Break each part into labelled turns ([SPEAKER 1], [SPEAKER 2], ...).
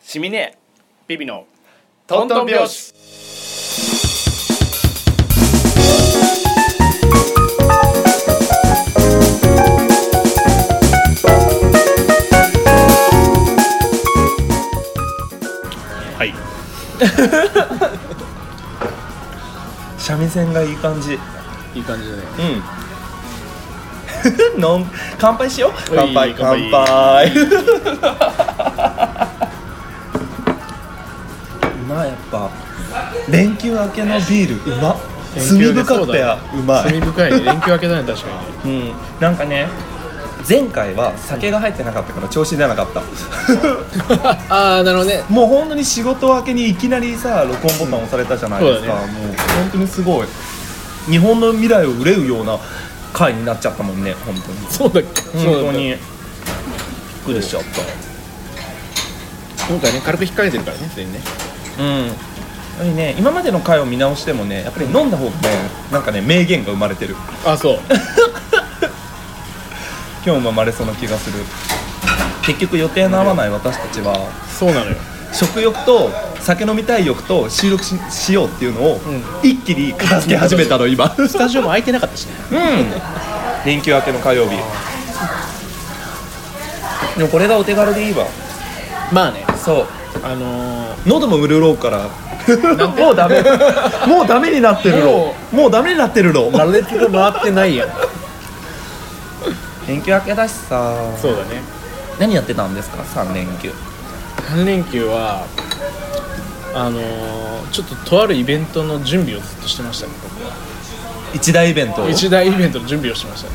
[SPEAKER 1] シミネビビの
[SPEAKER 2] トントン拍子
[SPEAKER 1] はい
[SPEAKER 2] 三味線がいい感じ
[SPEAKER 1] いい感じだね
[SPEAKER 2] うんのん 乾杯しよう乾杯乾
[SPEAKER 1] 乾杯
[SPEAKER 2] 杯うまいやっぱ連休明けのビールうま罪深くてうまい
[SPEAKER 1] 罪深いね連休明けだね確かに
[SPEAKER 2] うんなんかね前回は酒が入ってなかったから調子出なかった
[SPEAKER 1] ああなるほどね
[SPEAKER 2] もう本当に仕事明けにいきなりさ録音ボタン押されたじゃないですか、
[SPEAKER 1] うん
[SPEAKER 2] もう本当にすごい日本の未来を憂うような回になっちゃったもんね本当に
[SPEAKER 1] そうだっけ
[SPEAKER 2] 本当にびっくりしちゃっ
[SPEAKER 1] 今回ね軽く引っ掛けてるからね全員ね
[SPEAKER 2] たうんやっぱりね今までの回を見直してもねやっぱり飲んだ方がねなんかね名言が生まれてる
[SPEAKER 1] あそう
[SPEAKER 2] 今日も生まれそうな気がする結局予定の合わない私たちは
[SPEAKER 1] そうなのよ
[SPEAKER 2] 食欲と酒飲みたい欲と収録ししようっていうのを
[SPEAKER 1] ん
[SPEAKER 2] 一気に片付け始めたの 今
[SPEAKER 1] スタジオも空いてなかったしね
[SPEAKER 2] うん連休明けの火曜日でもこれがお手軽でいいわ
[SPEAKER 1] まあね
[SPEAKER 2] そう
[SPEAKER 1] あの
[SPEAKER 2] 喉も潤うから
[SPEAKER 1] なんて
[SPEAKER 2] もうダメ もうダメになってるの
[SPEAKER 1] も
[SPEAKER 2] もうダメになってるの
[SPEAKER 1] ー、慣れてる回ってないやん
[SPEAKER 2] 連休明けだしさ
[SPEAKER 1] そうだね
[SPEAKER 2] 何やってたんですか3連休
[SPEAKER 1] 3連休はあのー、ちょっととあるイベントの準備をずっとしてましたね僕は
[SPEAKER 2] 一大イベントフ
[SPEAKER 1] 一大イベントの準備をしてましたね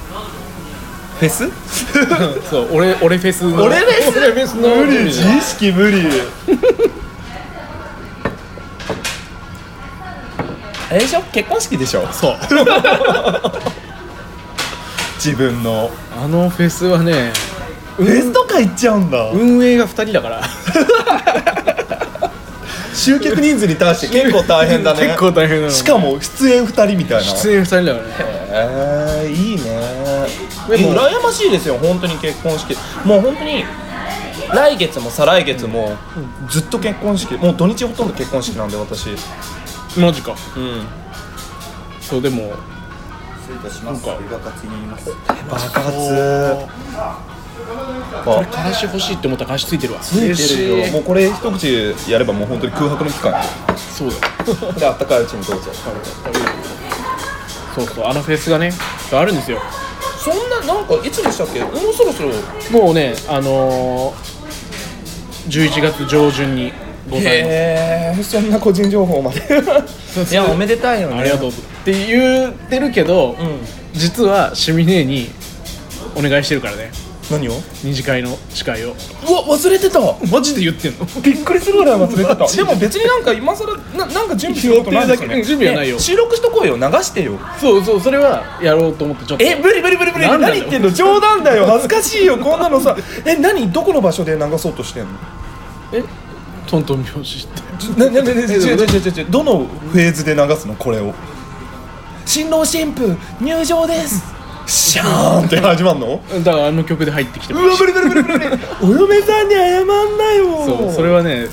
[SPEAKER 2] ェ ス
[SPEAKER 1] そう俺俺フェスの
[SPEAKER 2] 俺フェス
[SPEAKER 1] 俺フェスの無理
[SPEAKER 2] 意識無理あれでしょ結婚式でしょ
[SPEAKER 1] そう
[SPEAKER 2] 自分の
[SPEAKER 1] あのフェスはね
[SPEAKER 2] フェスとか行っちゃうんだ
[SPEAKER 1] 運営が2人だ から
[SPEAKER 2] 集客人数に対して結構大変だね
[SPEAKER 1] 結構大変なの
[SPEAKER 2] しかも出演2人みたいな
[SPEAKER 1] 出演2人だからね
[SPEAKER 2] えー、いいね
[SPEAKER 1] でも
[SPEAKER 2] 羨ましいですよ本当に結婚式もう本当に来月も再来月もずっと結婚式もう土日ほとんど結婚式なんで私うん
[SPEAKER 1] マジかそうでも
[SPEAKER 3] 失礼いたします。
[SPEAKER 1] なんか
[SPEAKER 3] ビバカツになります。
[SPEAKER 2] 爆発
[SPEAKER 1] これ
[SPEAKER 2] あ
[SPEAKER 1] からし欲しいって思ったらからしついてるわつ
[SPEAKER 2] ついてるよもうこれ一口やればもう本当に空白の期間よ
[SPEAKER 1] そうだよ
[SPEAKER 2] であったかいうちにどうぞ
[SPEAKER 1] そうそうあのフェスがねあるんですよ
[SPEAKER 2] そんななんかいつでしたっけもうそろそろ
[SPEAKER 1] もうねあのー、11月上旬にございます
[SPEAKER 2] へえそんな個人情報まで いやおめでたいよね
[SPEAKER 1] ありがとうって言ってるけど、
[SPEAKER 2] ん
[SPEAKER 1] 実はシミネーにお願いしてるからね
[SPEAKER 2] 何を
[SPEAKER 1] 二次会の司会を
[SPEAKER 2] うわ忘れてた
[SPEAKER 1] マジで言ってんの
[SPEAKER 2] びっくりするぐらい忘れてたでも別になんか今更ななんか準備することないですよね
[SPEAKER 1] 予定だけ準備はないよ
[SPEAKER 2] ね収録しとこうよ流してよ
[SPEAKER 1] そうそうそれはやろうと思ってちょっと
[SPEAKER 2] え無理無理無理無理
[SPEAKER 1] なんだ
[SPEAKER 2] 何
[SPEAKER 1] よ
[SPEAKER 2] 言ってんの冗談だよ恥ずかしいよこんなのさえ何どこの場所で流そうとしてんの
[SPEAKER 1] えトントン拍子って
[SPEAKER 2] ちょなななな違う違う違う違うどのフェーズで流すのこれを新郎新婦入場ですシャーンって始まんの
[SPEAKER 1] だからあの曲で入ってきて
[SPEAKER 2] う
[SPEAKER 1] も
[SPEAKER 2] わ
[SPEAKER 1] らう
[SPEAKER 2] 無理無理無理無理お嫁さんに謝んなよ
[SPEAKER 1] そうそれはね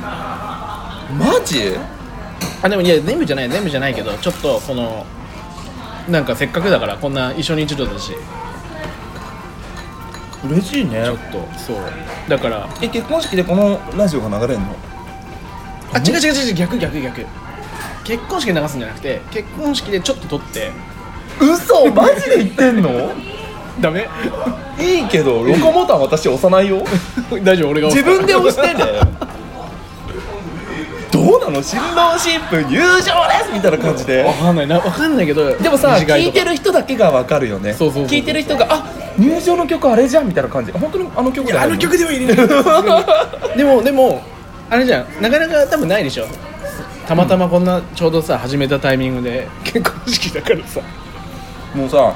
[SPEAKER 2] マジ
[SPEAKER 1] あでもいや全部じゃない全部じゃないけどちょっとそのなんかせっかくだからこんな一緒に一度だし
[SPEAKER 2] 嬉しいね
[SPEAKER 1] ちょっとそうだから
[SPEAKER 2] え結婚式でこのラジオが流れるの
[SPEAKER 1] あ違う違う違う違う逆逆逆結婚式で流すんじゃなくて結婚式でちょっと撮って
[SPEAKER 2] 嘘マジで言ってんの
[SPEAKER 1] ダメ
[SPEAKER 2] いいけど録音ボタン私押さないよ
[SPEAKER 1] 大丈夫俺が
[SPEAKER 2] 自分で押して
[SPEAKER 1] ね
[SPEAKER 2] ね どうなの新郎新婦入場ですみたいな感じ で
[SPEAKER 1] わかんないなわかんないけど
[SPEAKER 2] でもさ
[SPEAKER 1] 短
[SPEAKER 2] 聞い
[SPEAKER 1] とか
[SPEAKER 2] てる人だけがわかるよね
[SPEAKER 1] そうそうそうそう
[SPEAKER 2] 聞いてる人があ入場の曲あれじゃんみたいな感じ本当にあの曲だよね
[SPEAKER 1] あの曲でも入れないでもでもあれじゃんなかなか多分ないでしょたまたまこんなちょうどさ始めたタイミングで結婚式だからさ
[SPEAKER 2] もうさ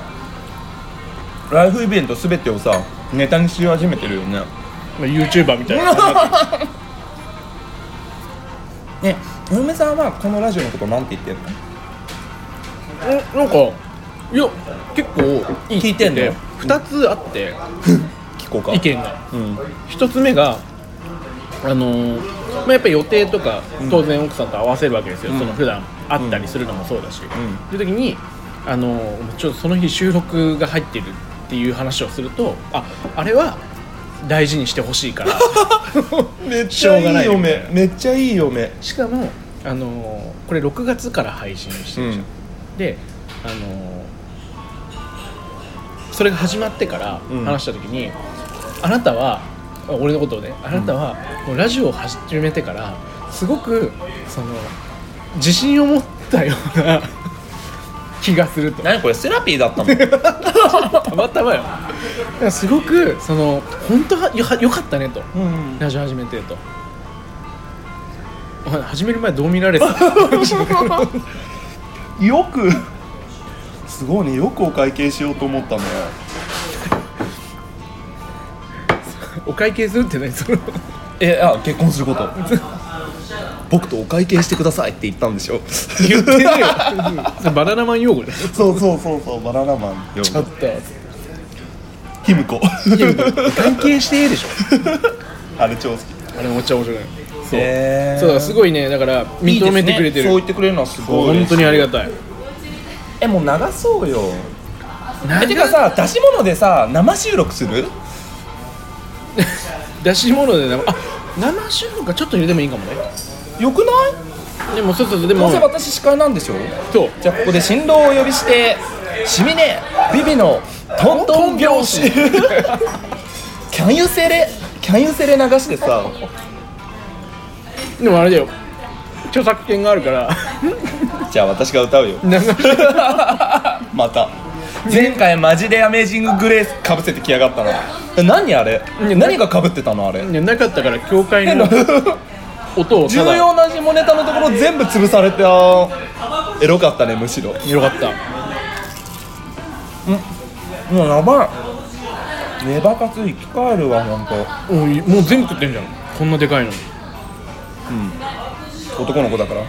[SPEAKER 2] ライフイベント全てをさネタにし始めてるよね
[SPEAKER 1] まあ YouTuber み たいな
[SPEAKER 2] ねお嫁さんはこのラジオのことなんて言ってんの
[SPEAKER 1] えなんかいや結構いい
[SPEAKER 2] 聞いてんの
[SPEAKER 1] って2つあって
[SPEAKER 2] 聞こうか
[SPEAKER 1] 意見が
[SPEAKER 2] うん
[SPEAKER 1] 1つ目があのーまあ、やっぱり予定とか当然奥さんと合わせるわけですよ、
[SPEAKER 2] うん
[SPEAKER 1] その普段会ったりするのもそうだし、
[SPEAKER 2] ん
[SPEAKER 1] っていう時に、あのーちょっとその日収録が入ってるっていう話をするとああれは大事にしてほしいから
[SPEAKER 2] めっちゃいい
[SPEAKER 1] しょうがない
[SPEAKER 2] 嫁
[SPEAKER 1] よね
[SPEAKER 2] めっちゃいい嫁
[SPEAKER 1] しかも、あのーこれ6月から配信してるじゃん、で、あのーそれが始まってから
[SPEAKER 2] うん
[SPEAKER 1] 話した時に、あなたはあ俺のことをねあなたはもうラジオを始めてからすごくその自信を持ったような 気がする と
[SPEAKER 2] 何これセラピーだったの
[SPEAKER 1] たまたまよだからすごくその本当はよはよかったねと
[SPEAKER 2] うん
[SPEAKER 1] ラジオ始めてとお前始める前どう見られて た
[SPEAKER 2] よくすごいねよくお会計しようと思ったね
[SPEAKER 1] お会計するって何その
[SPEAKER 2] えあ結婚すること僕とお会計してくださいって言ったんでしょ
[SPEAKER 1] 言ってねえよ それバナナマン用語だよ
[SPEAKER 2] そうそうそうそうバナナマン
[SPEAKER 1] ちょっと
[SPEAKER 2] ひむこ
[SPEAKER 1] 関係してえでしょ
[SPEAKER 2] あれ超好き
[SPEAKER 1] あれめっちゃ面白いそう、
[SPEAKER 2] へー
[SPEAKER 1] そうだすごいねだから
[SPEAKER 2] いいで
[SPEAKER 1] 認
[SPEAKER 2] すね
[SPEAKER 1] めてくれてる
[SPEAKER 2] そう言ってくれるのはすごい
[SPEAKER 1] 本当にありがたい
[SPEAKER 2] えもう流そうよえ
[SPEAKER 1] なん
[SPEAKER 2] てかさ出し物でさ生収録する
[SPEAKER 1] 出し物でなあ生収録かちょっと入れてもいいかもね
[SPEAKER 2] よくない
[SPEAKER 1] でもそうそうそうで
[SPEAKER 2] ど
[SPEAKER 1] も
[SPEAKER 2] うせ私司会なんでしょ
[SPEAKER 1] そう
[SPEAKER 2] じゃあここで新郎をお呼びしてシミネビビのトントン拍 子キャンユセレキャンユセレ流しでさ
[SPEAKER 1] でもあれだよ著作権があるから
[SPEAKER 2] じゃあ私が歌うよ
[SPEAKER 1] 流して
[SPEAKER 2] また前回マジでアメージンググレースかぶせてきやがったなえ何あれ何がかぶってたのあれ
[SPEAKER 1] いやなかったから教会の音を
[SPEAKER 2] 重
[SPEAKER 1] ただ
[SPEAKER 2] 要な下ネタのところ全部潰されてあーエロかったねむしろ
[SPEAKER 1] よかった
[SPEAKER 2] もうやばいネバカツ生き返るわほんと
[SPEAKER 1] おいもう全部食ってんじゃんこんなでかいのに
[SPEAKER 2] 男の子だから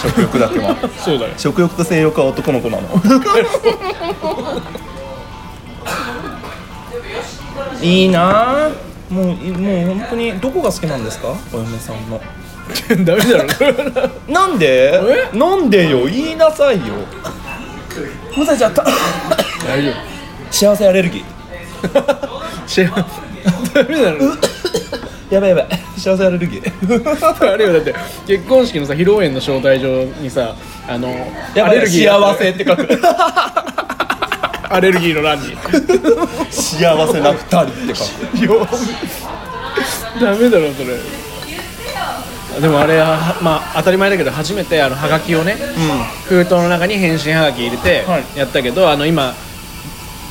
[SPEAKER 2] 食欲だけは
[SPEAKER 1] そうだよ
[SPEAKER 2] 食欲と性欲は男の子なの いいなあもういもう本当にどこが好きなんですかお嫁さんの
[SPEAKER 1] ダメだろ
[SPEAKER 2] なんでなんでよ言いなさいよむさちゃった
[SPEAKER 1] 大丈夫
[SPEAKER 2] 幸せアレルギー
[SPEAKER 1] 違うダメだろ
[SPEAKER 2] やばいやばい幸せアレルギ ー
[SPEAKER 1] あれよだって結婚式のさ披露宴の招待状にさあの
[SPEAKER 2] や
[SPEAKER 1] ア
[SPEAKER 2] ば
[SPEAKER 1] レ
[SPEAKER 2] い
[SPEAKER 1] ルギー
[SPEAKER 2] 幸せって書く
[SPEAKER 1] アレルギーの欄に
[SPEAKER 2] 幸せな二人って書く
[SPEAKER 1] ダメだろそれでもあれはまあ当たり前だけど初めてあのハガキをね、封筒の中に返信ハガキ入れて
[SPEAKER 2] はい
[SPEAKER 1] やったけど、あの今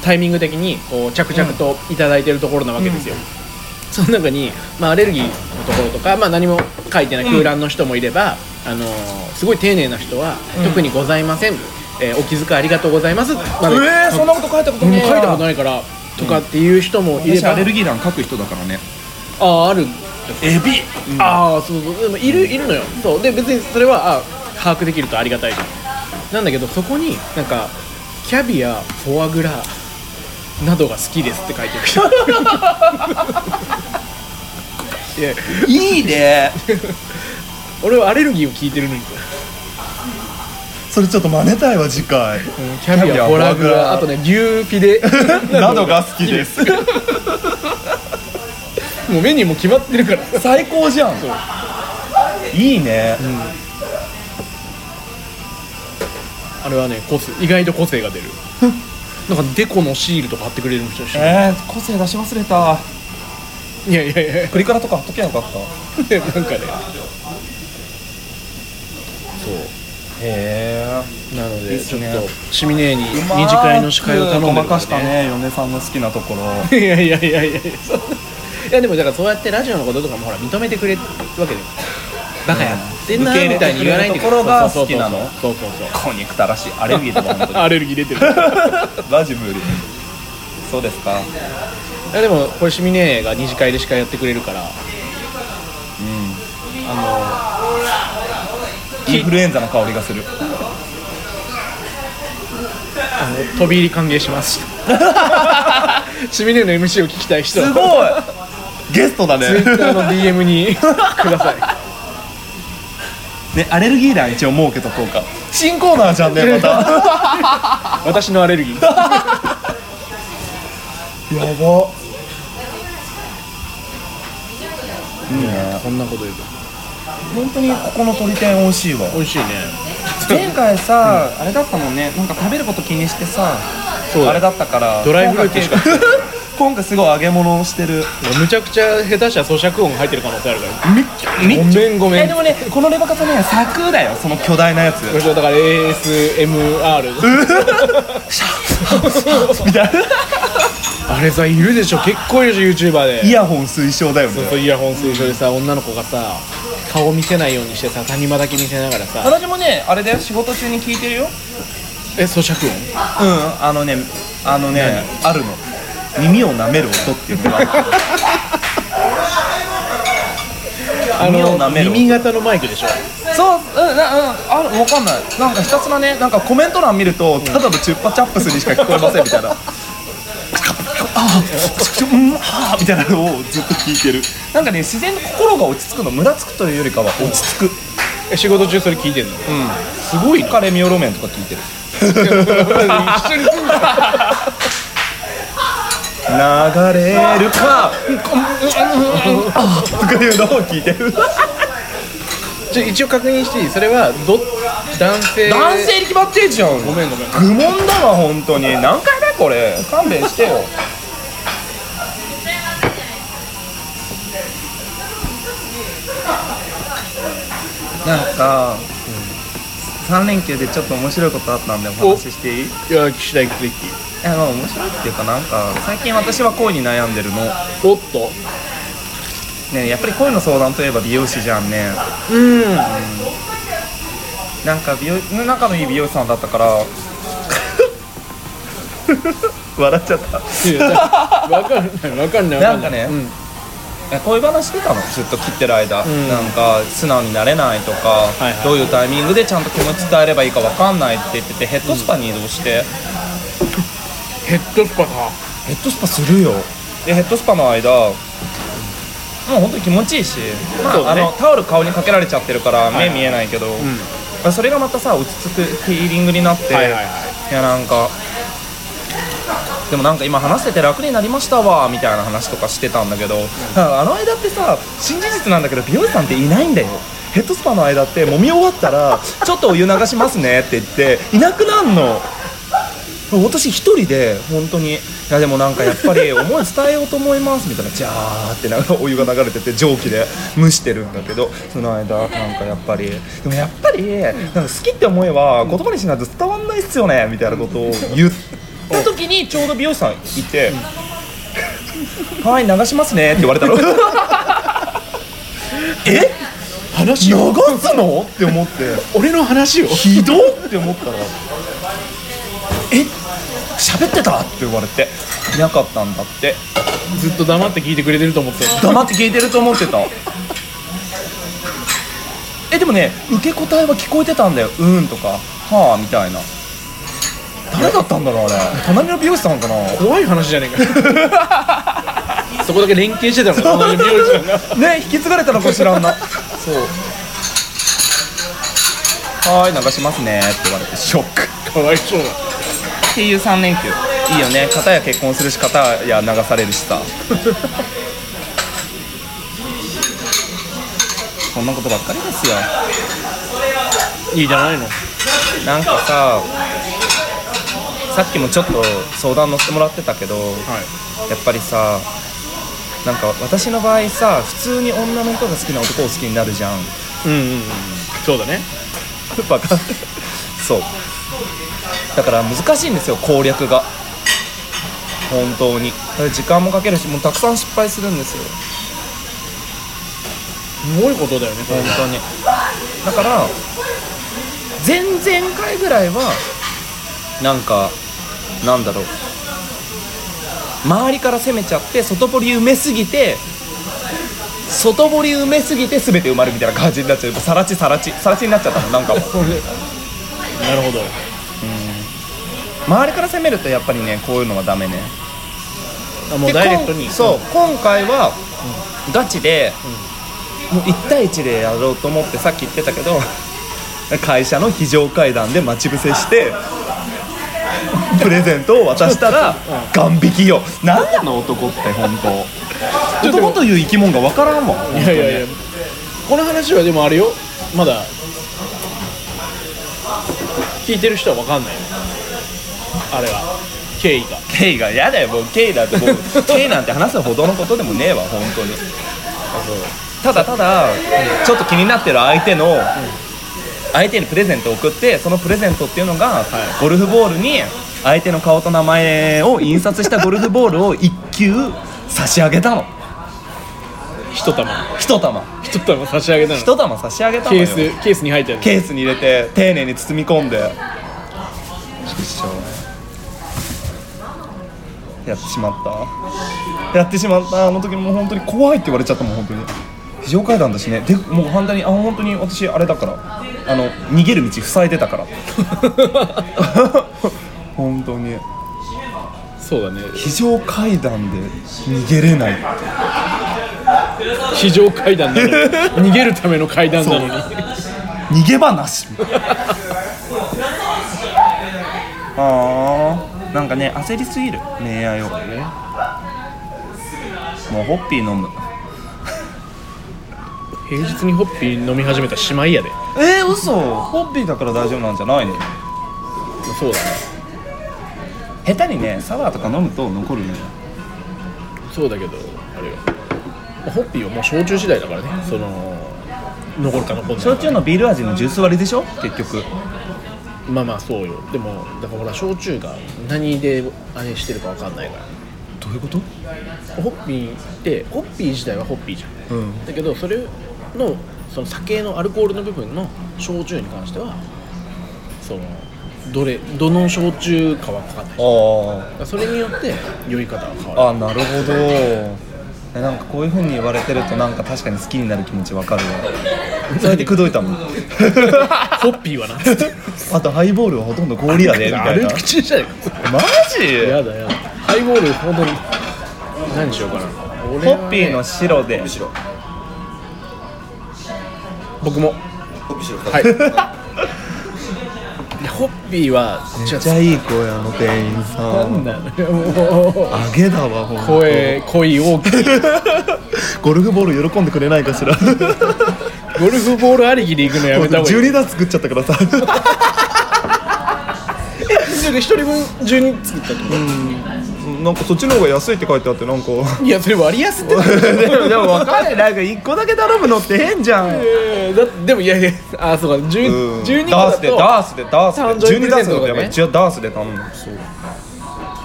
[SPEAKER 1] タイミング的にこう着々といただいてるところなわけですよ、その中に、まあ、アレルギーのところとか、まあ、何も書いてない空欄の人もいれば、あのーすごい丁寧な人は「特にございません」えーお気遣いありがとうございます」まで
[SPEAKER 2] えー、そんなこと書いたこと
[SPEAKER 1] うん
[SPEAKER 2] ねえ
[SPEAKER 1] 書いたことないからとかっていう人もいれば、
[SPEAKER 2] ギー欄書く人だからね
[SPEAKER 1] ああある
[SPEAKER 2] エビ
[SPEAKER 1] ああそうそうでもいるいるのよそうで別にそれはあ把握できるとありがたいじゃんなんだけどそこになんかキャビアフォアグラなどが好きですって書いてる人 いや
[SPEAKER 2] いいね
[SPEAKER 1] 俺はアレルギーを聞いてるのに、
[SPEAKER 2] それちょっと真似たいわ次回
[SPEAKER 1] キャ
[SPEAKER 2] キャ
[SPEAKER 1] ビ
[SPEAKER 2] ビ
[SPEAKER 1] ア
[SPEAKER 2] ア
[SPEAKER 1] フォアグ
[SPEAKER 2] フォアグ
[SPEAKER 1] ラ
[SPEAKER 2] ラ
[SPEAKER 1] あとね牛ピで
[SPEAKER 2] などが好きです
[SPEAKER 1] もうメニューも決まってるから
[SPEAKER 2] 最高じゃんいいね、
[SPEAKER 1] あれはね個性意外と個性が出るなんかデコのシールとか貼ってくれる人でしょ
[SPEAKER 2] えー、個性出し忘れた
[SPEAKER 1] いやいやいや
[SPEAKER 2] プリカラとか貼っときゃよかったへ
[SPEAKER 1] でなんかね
[SPEAKER 2] え
[SPEAKER 1] なの
[SPEAKER 2] いい
[SPEAKER 1] で
[SPEAKER 2] っ
[SPEAKER 1] ち
[SPEAKER 2] す
[SPEAKER 1] ょっ
[SPEAKER 2] ね
[SPEAKER 1] とシミネーに二次会の司会を頼んで
[SPEAKER 2] ご
[SPEAKER 1] る
[SPEAKER 2] ま
[SPEAKER 1] か
[SPEAKER 2] からしたね嫁さんの好きなところ
[SPEAKER 1] いやいやいやいやそんないやでもだからそうやってラジオのこととかもほら認めてくれるわけでバカやってんな
[SPEAKER 2] 受け
[SPEAKER 1] み
[SPEAKER 2] 入れ
[SPEAKER 1] た
[SPEAKER 2] て
[SPEAKER 1] い
[SPEAKER 2] く
[SPEAKER 1] に
[SPEAKER 2] れ
[SPEAKER 1] 言
[SPEAKER 2] る
[SPEAKER 1] わないんだけど
[SPEAKER 2] ところが好きなの
[SPEAKER 1] そうそうそう
[SPEAKER 2] 小憎たらしいアレルギーとか本当
[SPEAKER 1] そう
[SPEAKER 2] に
[SPEAKER 1] アレルギー出てる
[SPEAKER 2] マジ無理そうですか
[SPEAKER 1] いやでもこれシミネーが二次会で司会やってくれるから
[SPEAKER 2] うん
[SPEAKER 1] あ
[SPEAKER 2] インフルエンザの香りがする
[SPEAKER 1] のあの飛び入り歓迎しますシミネーの MC を聞きたい人
[SPEAKER 2] す
[SPEAKER 1] は
[SPEAKER 2] ごい
[SPEAKER 4] ゲストだね
[SPEAKER 1] ツイッターの DM にください
[SPEAKER 4] ねアレルギー欄一応設けとこうか新コーナーじゃんね またや
[SPEAKER 1] 私のアレルギー
[SPEAKER 4] ば
[SPEAKER 1] こんなこと言うと
[SPEAKER 4] 本当にここの鳥天美味しいわ
[SPEAKER 1] 美味しいね
[SPEAKER 2] 前回さ、あれだったもんねなんか食べること気にしてさ
[SPEAKER 1] そう
[SPEAKER 4] あ
[SPEAKER 1] だ
[SPEAKER 4] れだったから
[SPEAKER 1] ドライフルーツしか
[SPEAKER 4] 今回すごい揚げ物をしてる
[SPEAKER 1] むちゃくちゃ下手したら咀嚼音が入ってる可能性あるから
[SPEAKER 4] めっちゃめ
[SPEAKER 1] ごめんごめ
[SPEAKER 2] え
[SPEAKER 1] ん
[SPEAKER 2] でもね
[SPEAKER 4] このレバカツね柵だよその巨大なや つ
[SPEAKER 1] これだから ASMR
[SPEAKER 4] みたいな
[SPEAKER 1] あれさいるでしょ結構いるでしょ YouTuber で
[SPEAKER 4] イヤホン推奨だよね
[SPEAKER 1] そうそうイヤホン推奨でさ女の子がさ顔見せないようにしてさ谷間だけ見せながらさ
[SPEAKER 4] 私もねあれだよ仕事中に聞いてるよ
[SPEAKER 1] え咀嚼音
[SPEAKER 4] うんあのねあのねあるの耳を舐める音っていうのが
[SPEAKER 1] あ
[SPEAKER 4] 耳を
[SPEAKER 1] の
[SPEAKER 4] 舐める
[SPEAKER 1] 耳型のマイクでしょ
[SPEAKER 4] そううんなうんあるわかんないなんかひたすらねなんかコメント欄見るとただのチュッパチャップスにしか聞こえませんみたいなあーうんはあみたいなのをずっと聞いてるなんかね自然と心が落ち着くの無駄つくというよりかは落ち着く
[SPEAKER 1] え仕事中それ聞いてんの
[SPEAKER 4] すごいカレーミオロメンとか聞いてる
[SPEAKER 1] 一緒にすんな
[SPEAKER 4] 流れるかあとかいうのを聞いてる
[SPEAKER 1] ちょ一応確認していいそれはど男性
[SPEAKER 4] 男性に決まってんじゃん
[SPEAKER 1] ごめんごめん
[SPEAKER 4] 愚問だわ本当に何回目これ勘弁してよ
[SPEAKER 2] なんか、三3連休でちょっと面白いことあったんでお話ししていい
[SPEAKER 1] いや岸田行くべき
[SPEAKER 2] えまあ面白いっていうかなんか最近私は恋に悩んでるの
[SPEAKER 1] おっと
[SPEAKER 2] ねやっぱり恋の相談といえば美容師じゃんね
[SPEAKER 1] うん
[SPEAKER 2] なんか美容仲のいい美容師さんだったから
[SPEAKER 4] 笑っちゃった
[SPEAKER 1] わかんないわかんないわ
[SPEAKER 2] なんかね
[SPEAKER 1] うん
[SPEAKER 2] え恋話してたのずっと切ってる間、
[SPEAKER 1] ん
[SPEAKER 2] なんか素直になれないとか、
[SPEAKER 1] はいはい
[SPEAKER 2] どういうタイミングでちゃんと気持ち伝えればいいかわかんないって言っててヘッドスパに移動して、
[SPEAKER 1] ヘッドスパか
[SPEAKER 2] ヘッドスパするよでヘッドスパの間もう本当に気持ちいいし、ま
[SPEAKER 1] そう
[SPEAKER 2] あ
[SPEAKER 1] だね
[SPEAKER 2] あのタオル顔にかけられちゃってるから目見えないけど、まあそれがまたさ落ち着くヒーリングになって、
[SPEAKER 1] はい
[SPEAKER 2] い
[SPEAKER 1] はいはい
[SPEAKER 2] やなんかでもなんか今話してて楽になりましたわみたいな話とかしてたんだけど、あの間ってさ新事実なんだけど美容師さんっていないんだよヘッドスパの間って揉み終わっ たら「ちょっとお湯流しますね」って言っていなくなんの私一人で本当にいやでもなんかやっぱり思 い伝えようと思いますみたいなジャーってなんかお湯が流れてて蒸気で蒸してるんだけどその間なんかやっぱりでもやっぱりなんか好きって思いは言葉にしないと伝わんないっすよねみたいなことを言った時にちょうど美容師さんいて「 はい流しますね」って言われたの え
[SPEAKER 1] 話
[SPEAKER 2] 流
[SPEAKER 1] を
[SPEAKER 2] すのって思って。
[SPEAKER 1] 俺の話を
[SPEAKER 2] ひどっって思ったら「え喋ってた?」って言われていなかったんだって
[SPEAKER 1] ずっと黙って聞いてくれてると思って
[SPEAKER 2] 黙って聞いてると思ってたえでもね受け答えは聞こえてたんだよ「うーん」とか「はあ」みたいな誰だったんだろうあれ隣の美容師さんかな
[SPEAKER 1] 怖い話じゃねえか そこだけ連携してたのか隣の美容師さんが
[SPEAKER 2] ね引き継がれたのか知らんなそうはーい流しますねって言われてショック
[SPEAKER 1] かわいそうだ
[SPEAKER 2] っていう3連休いいよね片や結婚するし片や流されるしさ そんなことばっかりですよ
[SPEAKER 1] いいじゃないの
[SPEAKER 2] なんかささっきもちょっと相談乗ってもらってたけど
[SPEAKER 1] は
[SPEAKER 2] やっぱりさなんか私の場合さ普通に女の人が好きな男を好きになるじゃん
[SPEAKER 1] いうんうんうんそうだね
[SPEAKER 2] バカ そうだから難しいんですよ攻略が本当にだから時間もかけるしもうたくさん失敗するんですよ
[SPEAKER 1] すごいことだよねそれ
[SPEAKER 2] 本当にだから前々回ぐらいはなんかなんだろう周りから攻めちゃって外堀埋めすぎて外堀埋めすぎて全て埋まるみたいな感じになっちゃうさらちさらちさらちになっちゃったもんなんか もう
[SPEAKER 1] なるほど
[SPEAKER 2] 周りから攻めるとやっぱりねこういうのはダメね
[SPEAKER 1] あもうダイレクト
[SPEAKER 2] で
[SPEAKER 1] に
[SPEAKER 2] こんそう今回はガチで、もう1対1でやろうと思ってさっき言ってたけど 会社の非常階段で待ち伏せしてプレゼントを渡したらガン引きよ何なの男って本当男という生き物が分からんわ
[SPEAKER 1] いやいやいやこの話はでもあれよまだ聞いてる人は分かんないよあれは経緯が
[SPEAKER 2] ケイが嫌だよもうケイだってもうケイなんて話すほどのことでもねえわ本当にただただちょっと気になってる相手の相手にプレゼントを送ってそのプレゼントっていうのがゴルフボールに相手の顔と名前を印刷したゴルフボールを1球差し上げたの
[SPEAKER 1] 一玉
[SPEAKER 2] 1玉
[SPEAKER 1] 一玉差し上げたの
[SPEAKER 2] 1玉差し上げたの
[SPEAKER 1] ケ
[SPEAKER 2] よ
[SPEAKER 1] ースケースに入ってる
[SPEAKER 2] ケースに入れて丁寧に包み込んでやってしまったやってしまったあの時もう本当に怖いって言われちゃったもん本当に非常階段だしねでもう反対にあ本当に私あれだからあの逃げる道塞いでたから本当に
[SPEAKER 1] そうだね
[SPEAKER 2] 非常階段で逃げれない
[SPEAKER 1] 非常階段なのに 逃げるための階段なのに
[SPEAKER 2] 逃げ場なし ああなんかね焦りすぎる恋愛をねもうホッピー飲む
[SPEAKER 1] 平日にホッピー飲み始めたしまいやで
[SPEAKER 2] えー、嘘ホッピーだから大丈夫なんじゃないの
[SPEAKER 1] そうだね
[SPEAKER 2] 下手にねサワーとか飲むと残るね
[SPEAKER 1] そうだけどあれよホッピーはもう焼酎次第だからねその残るか残んないか
[SPEAKER 2] 焼酎のビール味のジュース割りでしょ結局
[SPEAKER 1] まあまあそうよでもだからほら焼酎が何であれしてるかわかんないから
[SPEAKER 2] どういうこと
[SPEAKER 1] ホッピーってホッピー自体はホッピーじゃん、だけどそれのその酒のアルコールの部分の焼酎に関してはそのどれどの焼酎かは分かんないだか
[SPEAKER 2] あ
[SPEAKER 1] らそれによって酔い方は変わる
[SPEAKER 2] ああなるほどえなんかこういうふうに言われてるとなんか確かに好きになる気持ちわかるわそれで口説いたもん
[SPEAKER 1] ホッピーはなっつって
[SPEAKER 2] あとハイボールはほとんど氷やでみたい
[SPEAKER 1] 悪
[SPEAKER 2] な
[SPEAKER 1] 口じゃね
[SPEAKER 2] マ
[SPEAKER 1] えか
[SPEAKER 2] ジ
[SPEAKER 1] やだやだハイボール本当に何しようかなホ
[SPEAKER 2] ホッピーの白で
[SPEAKER 1] 僕も
[SPEAKER 3] コピーしろ
[SPEAKER 1] はい いやホッピーは
[SPEAKER 2] め
[SPEAKER 1] じゃ
[SPEAKER 2] っちゃいい声あの店員さ
[SPEAKER 1] なん
[SPEAKER 2] ん
[SPEAKER 1] だよもう
[SPEAKER 2] あげだわほんと
[SPEAKER 1] 声恋大きい
[SPEAKER 2] ゴルフボール喜んでくれないかしら
[SPEAKER 1] ゴルフボールありきで行くのやめた方がいい
[SPEAKER 2] 12段作っちゃったからさ
[SPEAKER 1] それで一人分12作ったってこ
[SPEAKER 2] なんかそっちの方が安いって書いてあってなんか
[SPEAKER 1] といやそれ割安ってなる
[SPEAKER 2] で もでも分かんないなんか1個だけ頼むのって変じゃん
[SPEAKER 1] えーだってでもいやいやあそうか10 12個
[SPEAKER 2] ダー
[SPEAKER 1] だ
[SPEAKER 2] スでダースでダ
[SPEAKER 1] 誕
[SPEAKER 2] ース
[SPEAKER 1] 生日
[SPEAKER 2] で
[SPEAKER 1] プレゼン
[SPEAKER 2] 12ダース
[SPEAKER 1] トと
[SPEAKER 2] のこ
[SPEAKER 1] かね
[SPEAKER 2] とやばい違うダースで頼むのそう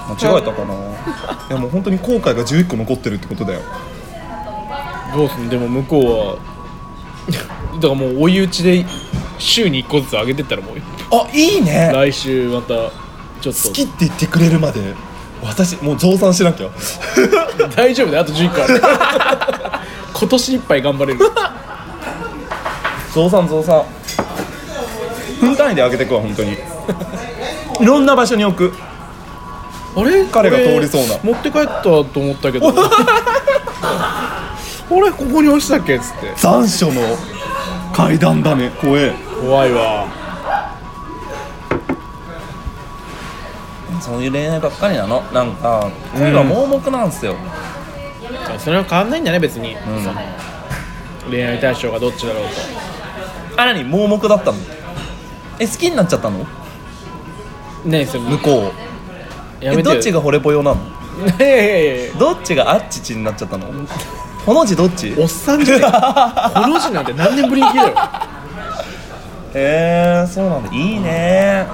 [SPEAKER 2] 間違えた かないやもう本当に後悔が11個残ってるってことだよ
[SPEAKER 1] とどうすんでも向こうはだからもう追い打ちで週に1個ずつ上げてったらもう
[SPEAKER 2] あいいね
[SPEAKER 1] 来週またちょっ
[SPEAKER 2] 好きって言ってくれるまで私もう増産しなきゃ
[SPEAKER 1] と大丈夫だよあと11個ある 今年いっぱい頑張れる
[SPEAKER 2] 増産増産分単位で上げてくわ本当にいろんな場所に置く
[SPEAKER 1] あれ
[SPEAKER 2] 彼が
[SPEAKER 1] これ
[SPEAKER 2] 通りそうな
[SPEAKER 1] 持って帰ったと思ったけ どあれここに落ちたっけっつって
[SPEAKER 2] 残暑の階段だね怖え
[SPEAKER 1] 怖いわ
[SPEAKER 2] そういう恋愛ばっかりなのなんか恋は盲目なんすよ、
[SPEAKER 1] それは変わんないんだね別に、その恋愛対象がどっちだろう
[SPEAKER 2] あらに盲目だったのえ好きになっちゃったの
[SPEAKER 1] とねえそれ
[SPEAKER 2] 向こう
[SPEAKER 1] や
[SPEAKER 2] え
[SPEAKER 1] めてよ
[SPEAKER 2] どっちが惚れぽよなの
[SPEAKER 1] いやいやいや
[SPEAKER 2] どっちがあっちちになっちゃったのこの字どっち
[SPEAKER 1] おっさんじゃねえこの字なんて何年ぶりに聞いたよ
[SPEAKER 2] へえー、そうなんだいいね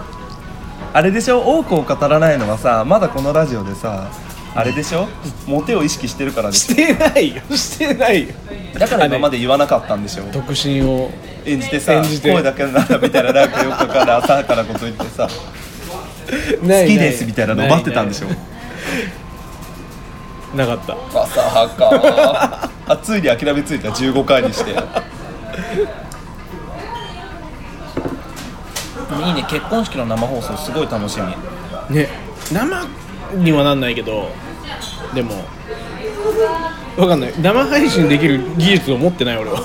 [SPEAKER 2] あれでしょ多くを語らないのはさまだこのラジオでさあれでしょモテを意識してるからで し
[SPEAKER 1] してないよしてないよ
[SPEAKER 2] ょだから今まで言わなかったんでしょ
[SPEAKER 1] 独身を
[SPEAKER 2] 演じてさ
[SPEAKER 1] 演じて
[SPEAKER 2] 声だけならみたいななんかよくわからん浅はかなこと言ってさ
[SPEAKER 1] 好き
[SPEAKER 2] 好きですみたいなの待ってたんでしょ
[SPEAKER 1] なかった
[SPEAKER 2] 浅はかあついに諦めついた15回にしていいね結婚式の生放送すごい楽しみ
[SPEAKER 1] ね生にはなんないけどでもわかんない生配信できる技術を持ってない俺は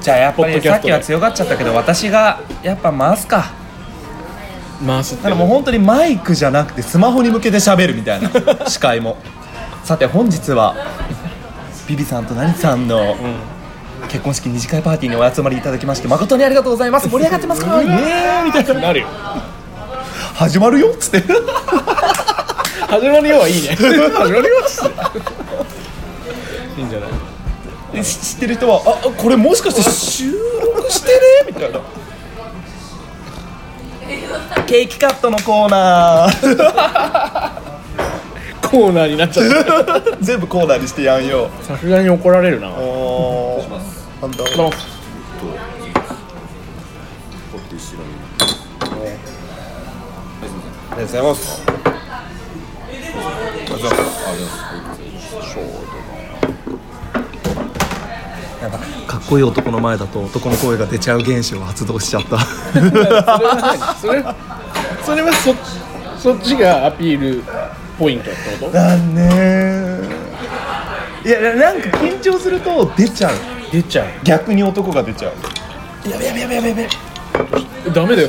[SPEAKER 2] じゃあやっ
[SPEAKER 1] ポ
[SPEAKER 2] ぱ
[SPEAKER 1] ッド
[SPEAKER 2] り
[SPEAKER 1] キャ
[SPEAKER 2] さ
[SPEAKER 1] ス
[SPEAKER 2] っ
[SPEAKER 1] ト
[SPEAKER 2] き
[SPEAKER 1] で
[SPEAKER 2] は強がっちゃったけど私がやっぱ回すか
[SPEAKER 1] 回すって
[SPEAKER 2] だからもう本当にマイクじゃなくてスマホに向けて喋るみたいな 司会もさて本日はビビさんとナニさんの結婚式二次会パーティーにお集まりいただきまして誠にありがとうございます盛り上がってますかイエーイみたいな
[SPEAKER 1] なるよ
[SPEAKER 2] 始まるよっつって
[SPEAKER 1] 始まるよはいいね
[SPEAKER 2] 始まるよっつって
[SPEAKER 1] いいんじゃない
[SPEAKER 2] で知ってる人はああこれもしかして収録してねみたいなケーキカットのコーナー
[SPEAKER 1] コーナーになっちゃっ
[SPEAKER 2] 全部コーナーにしてやんよ
[SPEAKER 1] たさすがに怒られるな
[SPEAKER 2] おーなんだ
[SPEAKER 1] どうも
[SPEAKER 2] ありがとうございます。なんかかっこいい男の前だと男の声が出ちゃう現象を発動しちゃった。
[SPEAKER 1] それそれはそそっちがアピールポイントってこと
[SPEAKER 2] だねー。いやなんか緊張すると出ちゃう。
[SPEAKER 1] 出ちゃう
[SPEAKER 2] 逆に男が出ちゃう。やべやべやべやべやべ。
[SPEAKER 1] ダメだよ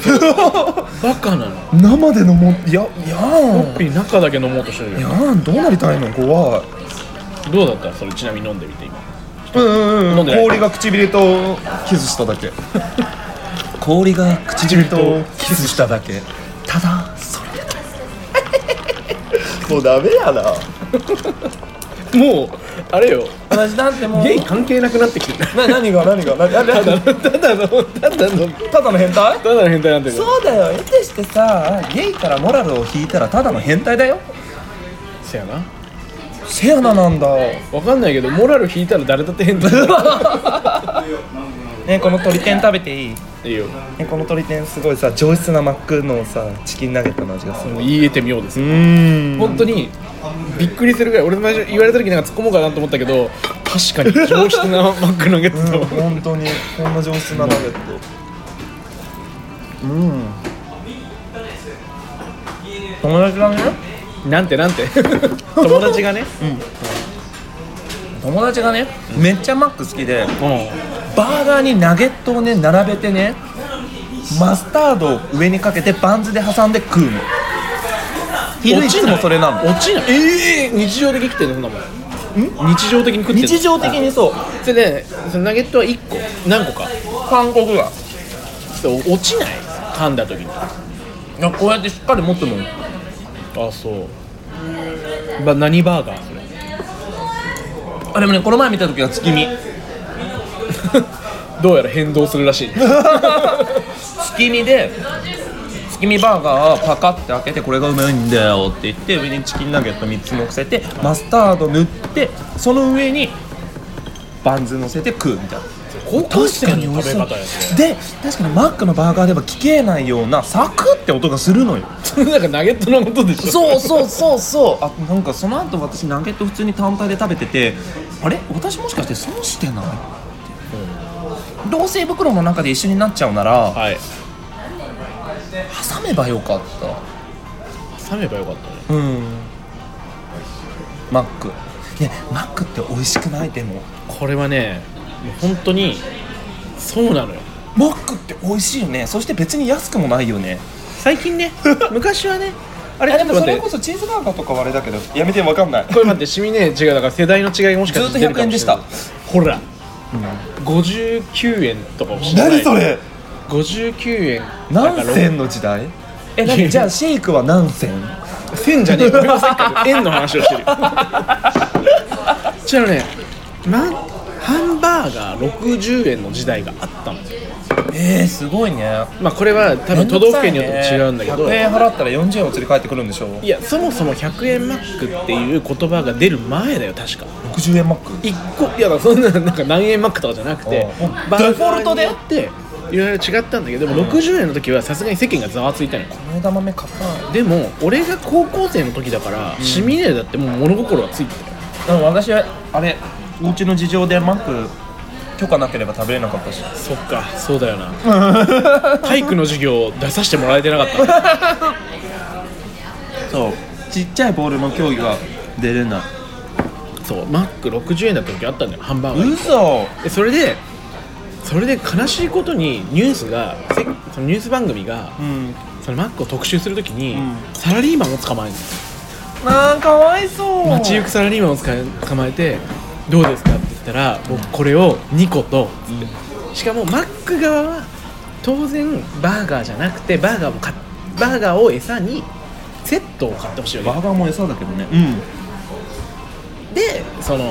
[SPEAKER 1] バカなの
[SPEAKER 2] 生で飲もう。いやいやん
[SPEAKER 1] コッピー中だけ飲もうとしてる
[SPEAKER 2] い
[SPEAKER 1] よ
[SPEAKER 2] やんどうなりたいの怖い。
[SPEAKER 1] どうだったそれちなみに飲んでみて今
[SPEAKER 2] うん
[SPEAKER 1] 飲んでない
[SPEAKER 2] 氷が唇とキスしただけ氷が唇 とキスしただけただそれもうダメやな
[SPEAKER 1] もうあれよ
[SPEAKER 2] 私なんても
[SPEAKER 1] ゲイ関係なくなってきてる
[SPEAKER 2] な何が何が 何が
[SPEAKER 1] ただただのただの
[SPEAKER 2] ただの変態
[SPEAKER 1] ただの変態なんて
[SPEAKER 2] そうだよ得てしてさゲイからモラルを引いたらただの変態だよ
[SPEAKER 1] せやな
[SPEAKER 2] せやななんだ
[SPEAKER 1] わかんないけどモラル引いたら誰だって変態
[SPEAKER 2] ねこの鳥天食べていい、ね、
[SPEAKER 1] いいよ
[SPEAKER 2] この鳥天すごいさ上質なマックのさチキンナゲットの味がする
[SPEAKER 1] もう言い得てみようです
[SPEAKER 2] うーん
[SPEAKER 1] 本当にびっくりするぐらい俺最初言われた時なんか突っ込もうかなと思ったけど確かに上質なマックナゲットだわ
[SPEAKER 2] 本当にこんな上質なナゲットうん友達がね
[SPEAKER 1] なんてなんて友達がね
[SPEAKER 2] 友達がね、めっちゃマック好きで
[SPEAKER 1] う
[SPEAKER 2] バーガーにナゲットをね並べてねマスタードを上にかけてバンズで挟んで食うの昼いつもそれなの
[SPEAKER 1] 落ちないええ日常的に食ってんのそんなもん日常的に食ってんの
[SPEAKER 2] 日常的にそう
[SPEAKER 1] それでそのナゲットは1個何個か
[SPEAKER 2] 韓国は
[SPEAKER 1] そう落ちない噛んだ時にあ
[SPEAKER 2] いやこうやってしっかり持つもん
[SPEAKER 1] そうば何バーガーそれ
[SPEAKER 2] あでもねこの前見た時は月見
[SPEAKER 1] どうやら変動するらしい
[SPEAKER 2] 月見で月見バーガーをパカッて開けてこれがうまいんだよって言って上にチキンナゲット3つ乗せてマスタード塗ってその上にバンズ乗せて食うみたいな
[SPEAKER 1] 確かに食べ方やね
[SPEAKER 2] で確かにマックのバーガーでは聞けないようなサクッて音がするのよ
[SPEAKER 1] それ なんかナゲットのことでしょ
[SPEAKER 2] そうそうそうそうあなんかその後私ナゲット普通に単体で食べててあれ私もしかして損してない、って同性袋の中で一緒になっちゃうなら
[SPEAKER 1] はい
[SPEAKER 2] 挟めばよかった
[SPEAKER 1] 冷めばよかったね
[SPEAKER 2] うんマックねマックって美味しくないでも
[SPEAKER 1] これはねもう本当にそうなのよ
[SPEAKER 2] マックって美味しいよねそして別に安くもないよね
[SPEAKER 1] 最近 ね昔はねあ
[SPEAKER 2] あ
[SPEAKER 1] れ
[SPEAKER 2] れ
[SPEAKER 1] ち
[SPEAKER 2] で
[SPEAKER 1] ょっと
[SPEAKER 2] もそ
[SPEAKER 1] 待っ
[SPEAKER 2] れ
[SPEAKER 1] て
[SPEAKER 2] こそチーズバーガーとかはあれだけどやめてわかんない
[SPEAKER 1] これ待ってシミね違うだから世代の違いがもしかして
[SPEAKER 2] ずっと100円でした
[SPEAKER 1] 出るかもしれないほら、59円とかもしれない
[SPEAKER 2] 何それ
[SPEAKER 1] 59円
[SPEAKER 2] 何
[SPEAKER 1] 千
[SPEAKER 2] 銭の時代え何じゃあシェイクは何銭
[SPEAKER 1] 千じゃねえごめんなさいか円の話を してるよ違うねまハンバーガー60円の時代があったのよ
[SPEAKER 2] えー、すごいね
[SPEAKER 1] まあこれは多分都道府県によって違うんだけど、
[SPEAKER 2] 100円払ったら40円お釣り返ってくるんでしょ
[SPEAKER 1] いやそもそも100円マックっていう言葉が出る前だよ確か
[SPEAKER 2] 60円マック
[SPEAKER 1] 一個いやだからそんななんか何円マックとかじゃなくて
[SPEAKER 2] ああ
[SPEAKER 1] バーガーに
[SPEAKER 2] デフォルトで
[SPEAKER 1] よっていろいろ違ったんだけどでも60円の時はさすがに世間がざわついたのよ
[SPEAKER 2] 枝豆買ったな
[SPEAKER 1] でも俺が高校生の時だから、シミネーだってもう物心はついてたよ
[SPEAKER 2] でも私はあれうちの事情でマック許可なければ食べれなかったし
[SPEAKER 1] そっかそうだよな 体育の授業出させてもらえてなかった の
[SPEAKER 2] そうちっちゃいボールの競技は出れない
[SPEAKER 1] そうマック60円だった時あったんだよハンバーガー
[SPEAKER 2] 嘘
[SPEAKER 1] でそれでそれで悲しいことにニュースがせそのニュース番組が
[SPEAKER 2] うん
[SPEAKER 1] そのマックを特集するときに、
[SPEAKER 2] うん
[SPEAKER 1] サラリーマンを捕まえるんです
[SPEAKER 2] あーかわいそう
[SPEAKER 1] 街行くサラリーマンをつか捕まえて「どうですか?」って言ったら僕これを2個とつってしかもマック側は当然バーガーじゃなくてバーガーも買っバーガーを餌にセットを買ってほしいわけ
[SPEAKER 2] バーガーも餌だけどね
[SPEAKER 1] うん、でその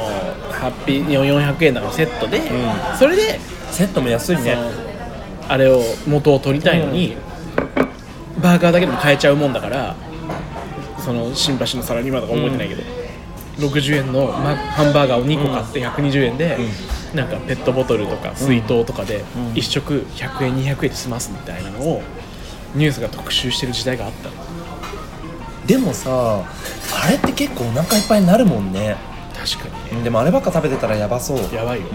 [SPEAKER 1] ハッピー400円だからセットで、それで
[SPEAKER 2] セットも安い
[SPEAKER 1] そのあれを元を取りたいのに、バーガーだけでも買えちゃうもんだからその新橋のサラリーマンとか覚えてないけど、60円のマハンバーガーを2個買って120円で、なんかペットボトルとか水筒とかで1食100円200円で済ますみたいなのをニュースが特集してる時代があったの
[SPEAKER 2] でもさあれって結構お腹いっぱいになるもんね
[SPEAKER 1] 確かに
[SPEAKER 2] う
[SPEAKER 1] ね
[SPEAKER 2] んでもあればっか食べてたらやばそう
[SPEAKER 1] やばいよ、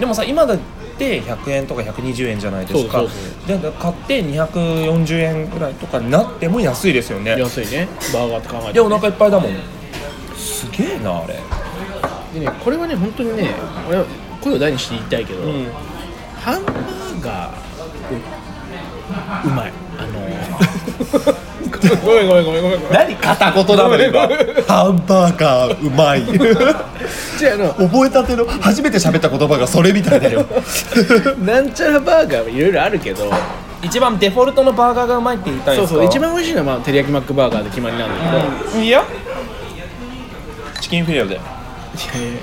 [SPEAKER 2] でもさ今だって100円とか120円じゃないですか
[SPEAKER 1] そうそう
[SPEAKER 2] で買って240円ぐらいとかになっても安いですよね
[SPEAKER 1] 安いねバーガーって考えて
[SPEAKER 2] でお腹いっぱいだもんすげえなあれ
[SPEAKER 1] でねこれはね本当にね俺は声を大にして言いたいけど、
[SPEAKER 2] ん
[SPEAKER 1] ハンバーガーううまいあの ごめんごめんごめんごめんごめん
[SPEAKER 2] 何片言だもん今ハンバーガーうまい
[SPEAKER 1] じゃあの
[SPEAKER 2] 覚えたての初めて喋った言葉がそれみたいだよ
[SPEAKER 1] なんちゃらバーガーはいろいろあるけど
[SPEAKER 2] 一番デフォルトのバーガーがうまいって言いたいん
[SPEAKER 1] そ
[SPEAKER 2] で
[SPEAKER 1] う
[SPEAKER 2] すか
[SPEAKER 1] そう一番美味しいのは、まあ、照り焼きマックバーガーで決まりなんだけど、い
[SPEAKER 2] いやチキンフィレオ で
[SPEAKER 1] やいやいや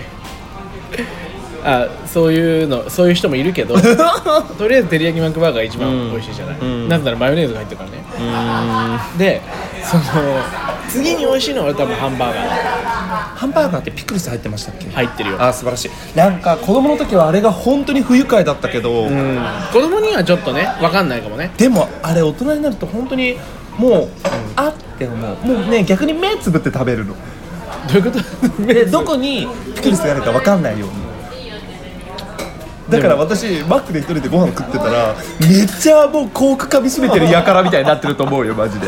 [SPEAKER 1] あそういうのそういう人もいるけどとりあえず照り焼きマックバーガーが一番美味しいじゃない、
[SPEAKER 2] ん
[SPEAKER 1] なぜならマヨネーズが入ってるからねでその次に美味しいのは俺多分ハンバーガー
[SPEAKER 2] ハンバーガーってピクルス入ってましたっけ
[SPEAKER 1] 入ってるよ
[SPEAKER 2] あー素晴らしいなんか子供の時はあれが本当に不愉快だったけど、
[SPEAKER 1] うん子供にはちょっとね分かんないかもね
[SPEAKER 2] でもあれ大人になると本当にもう、あって思うもうね逆に目つぶって食べ る
[SPEAKER 1] ど
[SPEAKER 2] の
[SPEAKER 1] ういうこと
[SPEAKER 2] でどこにピクルスがあるか分かんないようにだから私マックで一人でご飯食ってたらめっちゃもうコークかみしめてるやからみたいになってると思うよマジで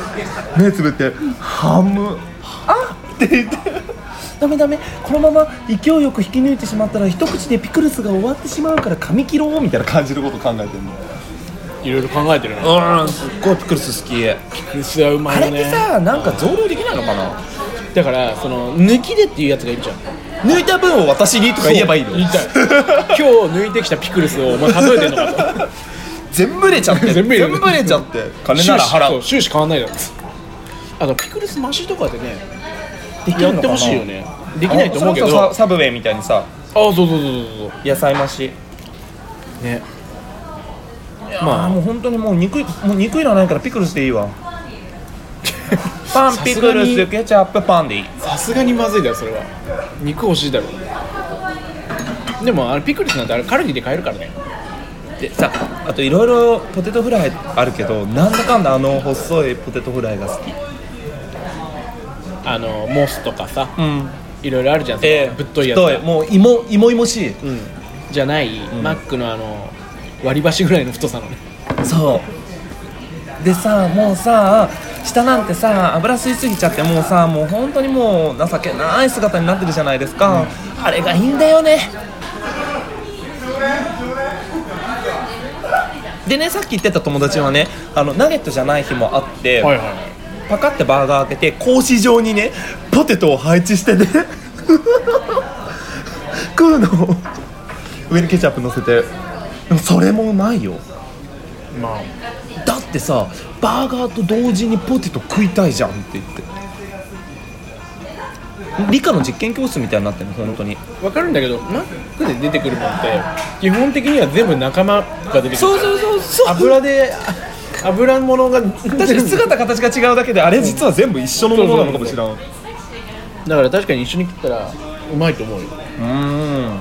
[SPEAKER 2] 目つぶって「ハムあっ!」って言って「ダメダメこのまま勢いよく引き抜いてしまったら一口でピクルスが終わってしまうから髪切ろう」みたいな感じのこと考えてるの
[SPEAKER 1] いろいろ考えてるな
[SPEAKER 2] うんすっごいピクルス好き
[SPEAKER 1] ピクルスはうま
[SPEAKER 2] あ
[SPEAKER 1] い
[SPEAKER 2] れ
[SPEAKER 1] よ
[SPEAKER 2] って
[SPEAKER 1] ね
[SPEAKER 2] さなんか増量できないのかな
[SPEAKER 1] だからその抜きでっていうやつがいるじゃん
[SPEAKER 2] 抜いた分を私にとか言えばいいの
[SPEAKER 1] 言い たい今日抜いてきたピクルスをお前数えてんのかと
[SPEAKER 2] 全部入れちゃって
[SPEAKER 1] 全部入れる
[SPEAKER 2] れちゃって 金なら払
[SPEAKER 1] そう
[SPEAKER 2] う
[SPEAKER 1] 終始変わんないだろあのピクルスマシとかでね
[SPEAKER 2] でき
[SPEAKER 1] や
[SPEAKER 2] るのかな
[SPEAKER 1] ってほしいよねできないと思うけど
[SPEAKER 2] それこそ
[SPEAKER 1] あ
[SPEAKER 2] サブウェイみたいにさ
[SPEAKER 1] そうそうそうそうそ
[SPEAKER 2] 野菜増し
[SPEAKER 1] うね
[SPEAKER 2] まあもう本当にもう肉もう肉いらないからピクルスでい いわパン
[SPEAKER 1] さすがに
[SPEAKER 2] ピクルスケチャップパンでいい
[SPEAKER 1] さすがにまずいだよそれは肉欲しいだろでもあれピクルスなんてあれカルディで買えるからね
[SPEAKER 2] でさあといろいろポテトフライあるけどなんだかんだあの細いポテトフライが好き
[SPEAKER 1] あのモスとかさ
[SPEAKER 2] うん
[SPEAKER 1] いろいろあるじゃん、
[SPEAKER 2] ええ
[SPEAKER 1] ぶっといやつが
[SPEAKER 2] もう芋芋芋しい
[SPEAKER 1] うん、じゃない、マックのあの割り箸ぐらいの太さのね
[SPEAKER 2] そうでさもうさ下なんてさ油吸いすぎちゃってもうさもう本当にもう情けない姿になってるじゃないですか、あれがいいんだよねでねさっき言ってた友達はねあのナゲットじゃない日もあって、
[SPEAKER 1] いはい
[SPEAKER 2] パカってバーガー開けて格子状にねポテトを配置してね 食うの上にケチャップ乗せてでもそれもうまいよ
[SPEAKER 1] まあ
[SPEAKER 2] だってさバーガーと同時にポテト食いたいじゃんって言って理科の実験教室みたいになってるの本当に
[SPEAKER 1] 分かるんだけどマックで出てくるもんって基本的には全部仲間が出てくる
[SPEAKER 2] そうそうそうそう
[SPEAKER 1] 油であ油物が確
[SPEAKER 2] 確かに姿形が違うだけであれ実は全部一緒のものなのかもしれんう
[SPEAKER 1] だから確かに一緒に食ったらうまいと思うよ
[SPEAKER 2] ーん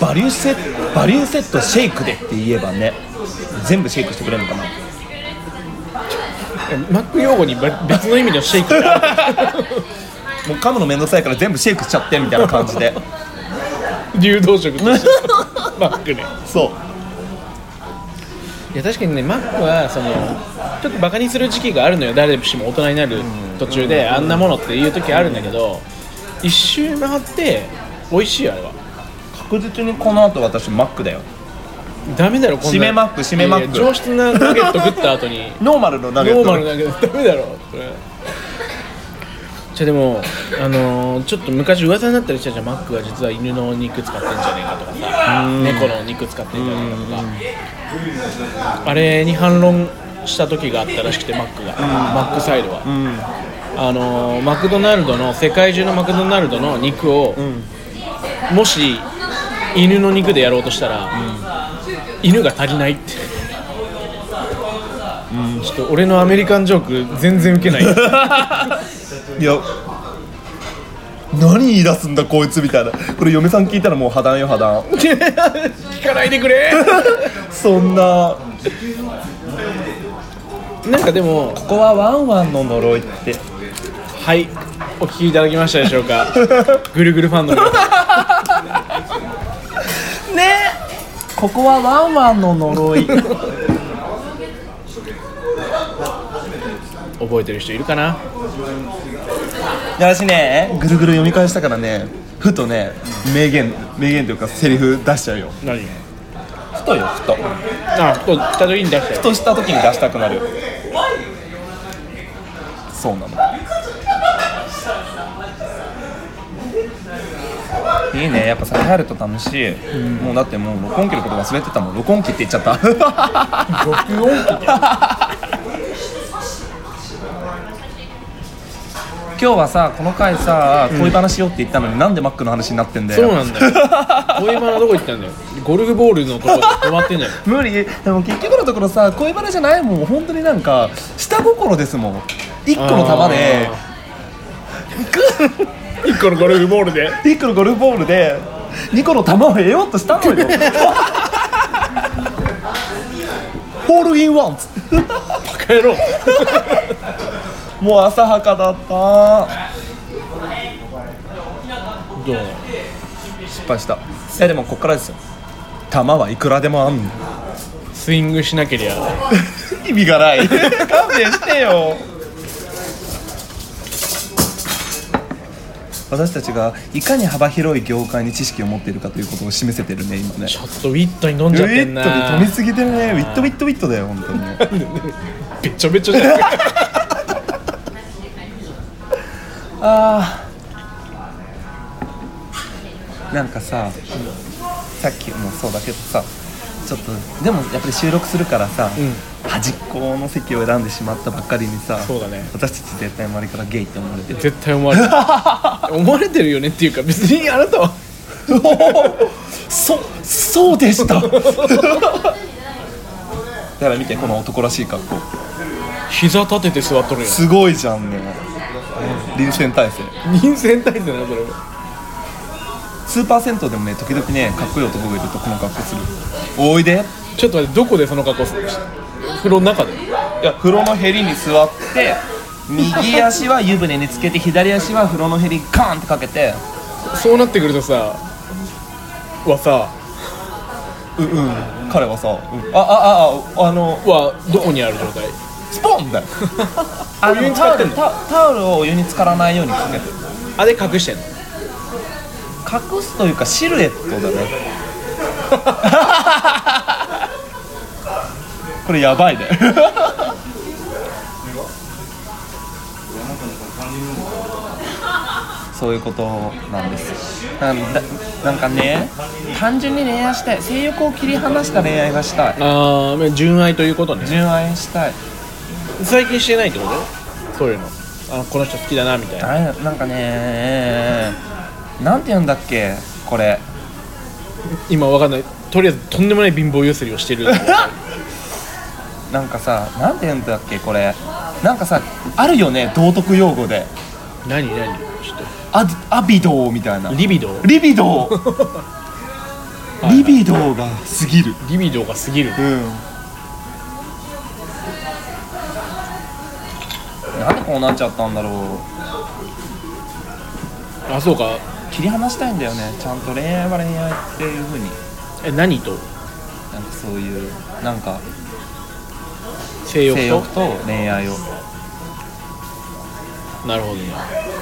[SPEAKER 2] バリューセットバリューセットシェイクでって言えばね全部シェイクしてくれるのかな
[SPEAKER 1] マック用語にば別の意味のシェイクがある
[SPEAKER 2] もう噛むの面倒くさいから全部シェイクしちゃってみたいな感じ で
[SPEAKER 1] 流動食としてマックね
[SPEAKER 2] そう
[SPEAKER 1] いや確かにねマックはそのちょっとバカにする時期があるのよ誰しも大人になる途中で、あんなものっていう時あるんだけど、一周回って美味しいよあれは
[SPEAKER 2] 確実にこの後私マックだよ
[SPEAKER 1] ダメだろこんな
[SPEAKER 2] 締めマック締めマック
[SPEAKER 1] いやいや上質なナゲット食った後に
[SPEAKER 2] ノーマルのナゲッ
[SPEAKER 1] ノ
[SPEAKER 2] ト
[SPEAKER 1] ーマルだけどダメだろそれじゃあでもあのーちょっと昔噂になったりしたじゃんマックが実は犬の肉使ってんじゃねえかとかさ猫の肉使ってんじゃねえかとかあれに反論した時があったらしくてマックがマックサイドは、あのーマクドナルドの世界中のマクドナルドの肉を、もし犬の肉でやろうとしたら、犬が足りないってちょっと俺のアメリカンジョーク全然ウケない
[SPEAKER 2] いや何言い出すんだこいつみたいなこれ嫁さん聞いたらもう破談よ破談
[SPEAKER 1] 聞かないでく れ
[SPEAKER 2] そんな
[SPEAKER 1] なんかでも
[SPEAKER 2] ここはワンワンの呪いって
[SPEAKER 1] はいお聞きいただきましたでしょうか ぐるぐるファンの皆さん
[SPEAKER 2] ここはワンワンの呪 い
[SPEAKER 1] 覚えてる人いるかな
[SPEAKER 2] 私ねぐるぐる読み返したからねふとね名言名言というかセリフ出しちゃうよ
[SPEAKER 1] 何
[SPEAKER 2] ふとよふとふ
[SPEAKER 1] あふと来た時に出したよ
[SPEAKER 2] とした時に出したくなるそうなのいいねやっぱさ帰ると楽しい、もうだってもう録音機のこと忘れてたもん録音機って言っちゃった録音機今日はさこの回さ恋話しようって言ったのに、なんでマックの話になってんだよ
[SPEAKER 1] そうなんだよ恋バナどこ行ったんだよゴルフボールのとこで止まってんじゃん
[SPEAKER 2] 無理でも結局のところさ恋バナじゃないもん本当になんか下心ですもん1個の球で
[SPEAKER 1] 1個のゴルフボールで
[SPEAKER 2] 1個のゴルフボールで2個の球を得ようとしたのよホールインワンっつって
[SPEAKER 1] バカ野郎
[SPEAKER 2] もう浅はかだった
[SPEAKER 1] どうなの
[SPEAKER 2] 失敗したいやでもこっからですよ球はいくらでもあんの
[SPEAKER 1] スイングしなけりゃ
[SPEAKER 2] 意味がな い勘弁してよ私たちがいかに幅広い業界に知識を持っているかということを示せてるね今ね
[SPEAKER 1] ちょっとウィットに飲ん
[SPEAKER 2] ウ
[SPEAKER 1] じゃって
[SPEAKER 2] ィ
[SPEAKER 1] ん
[SPEAKER 2] ッ
[SPEAKER 1] な
[SPEAKER 2] トに飛びすぎてるねウィットウィットウィットだよ本当に
[SPEAKER 1] べちょべちょじゃ ん
[SPEAKER 2] あーなんかささっきもそうだけどさちょっとでもやっぱり収録するからさ、端っこの席を選んでしまったばっかりにさ
[SPEAKER 1] そうだね
[SPEAKER 2] 私たち絶対周りからゲイって思われてる
[SPEAKER 1] 絶対思われる 思われてるよねっていうか別にあなたは
[SPEAKER 2] そそうでしただから見てこの男らしい格好
[SPEAKER 1] 膝立てて座っとるよ
[SPEAKER 2] すごいじゃんね臨戦態勢
[SPEAKER 1] 人選体制なのそれは
[SPEAKER 2] スーパー銭湯でもね時々ねかっこいい男がいるとこの格好するおいで
[SPEAKER 1] ちょっと待ってどこでその格好する風呂の中で
[SPEAKER 2] いや風呂のへりに座って右足は湯船につけて左足は風呂のへりにカーンってかけて
[SPEAKER 1] そうなってくるとさはさ
[SPEAKER 2] ううん彼はさ、うん、あああああの
[SPEAKER 1] はどこにある状態
[SPEAKER 2] ス ポンだよあ
[SPEAKER 1] お
[SPEAKER 2] の
[SPEAKER 1] 湯に浸
[SPEAKER 2] タ
[SPEAKER 1] かっ
[SPEAKER 2] オ
[SPEAKER 1] て
[SPEAKER 2] ル
[SPEAKER 1] んの
[SPEAKER 2] タタオルをお湯に浸からないようにかけて
[SPEAKER 1] あれ隠してんの
[SPEAKER 2] 隠すというかシルエット だねこれやば いねそういうことなんですなんだなんかね単純に恋愛したい性欲を切り離した恋愛がしたい
[SPEAKER 1] ああ純愛ということね
[SPEAKER 2] 純愛したい
[SPEAKER 1] 最近してないってことそういうのあこの人好きだなみたいな
[SPEAKER 2] あれなんかねなんて言うんだっけこれ
[SPEAKER 1] 今わかんないとりあえずとんでもない貧乏ゆすりを してる
[SPEAKER 2] なんかさなんて言うんだっけこれなんかさあるよね道徳用語で
[SPEAKER 1] 何何ちょっ
[SPEAKER 2] アアビドーみたいな
[SPEAKER 1] とリビドー
[SPEAKER 2] リビドーリビドーが過ぎる
[SPEAKER 1] リビドーが過ぎる
[SPEAKER 2] うんなんでこうなっちゃったんだろう
[SPEAKER 1] あそうか
[SPEAKER 2] 切り離したいんだよねちゃんと恋愛は恋愛っていう風に
[SPEAKER 1] え何と
[SPEAKER 2] なんかそういうなんか
[SPEAKER 1] 性欲と
[SPEAKER 4] 性欲と恋愛を
[SPEAKER 1] なるほどね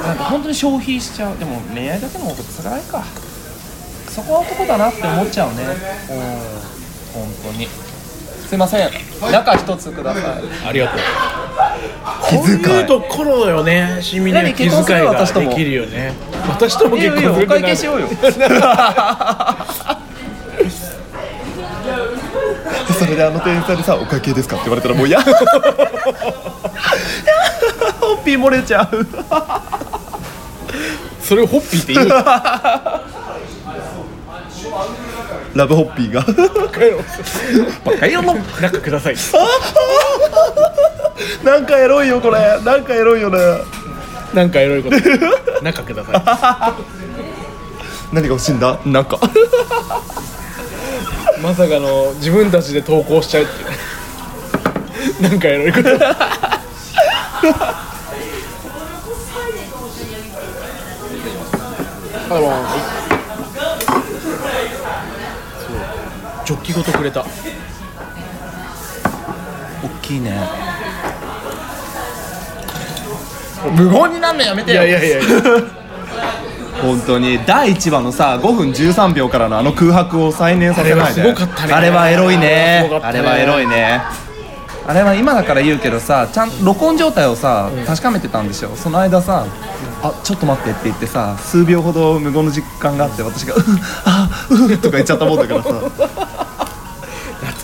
[SPEAKER 4] なんか本当に消費しちゃうでも恋愛だけの方がつらいかそこは男だなって思っちゃうねうん本当にすいません中一つください
[SPEAKER 1] ありがとうこういうところよね市民の
[SPEAKER 4] 何
[SPEAKER 1] 気遣い
[SPEAKER 4] 結婚する
[SPEAKER 1] が
[SPEAKER 4] 私と
[SPEAKER 1] で
[SPEAKER 4] も
[SPEAKER 1] きるよね私とも
[SPEAKER 4] いい
[SPEAKER 1] 結
[SPEAKER 4] よいいよお
[SPEAKER 1] 婚する
[SPEAKER 4] 会計しようよ
[SPEAKER 2] でそれであの店員さんにさ「お会計ですか?」って言われたらもう嫌
[SPEAKER 4] ホッピー漏れちゃう
[SPEAKER 1] それをホッピーって言うの
[SPEAKER 2] ラブホッピーが
[SPEAKER 1] バカ野郎なんかください
[SPEAKER 2] なんかエロいよこれなんかエロいよね
[SPEAKER 1] なんかエロいことなんかくださ
[SPEAKER 2] 何が欲しいんだなんか
[SPEAKER 1] いまさかの自分たちで投稿しちゃうっていうなんかエロいことあのそうジョッキごとくれた
[SPEAKER 4] 大きいね無言になんのやめて
[SPEAKER 1] いやいやいやいや
[SPEAKER 2] 本当に第1話のさ5分13秒からのあの空白を再燃させないで
[SPEAKER 1] あれはすごかったね
[SPEAKER 2] あれはエロいね
[SPEAKER 1] すごか
[SPEAKER 2] あ
[SPEAKER 1] ったね
[SPEAKER 2] れはエロいね
[SPEAKER 4] あれは今だから言うけどさちゃん録音状態をさ確かめてたんでしょその間さ「あちょっと待って」って言ってさ
[SPEAKER 2] 数秒ほど無言の実感があって私が「うんあうん」とか言っちゃったもん だからさ
[SPEAKER 1] 懐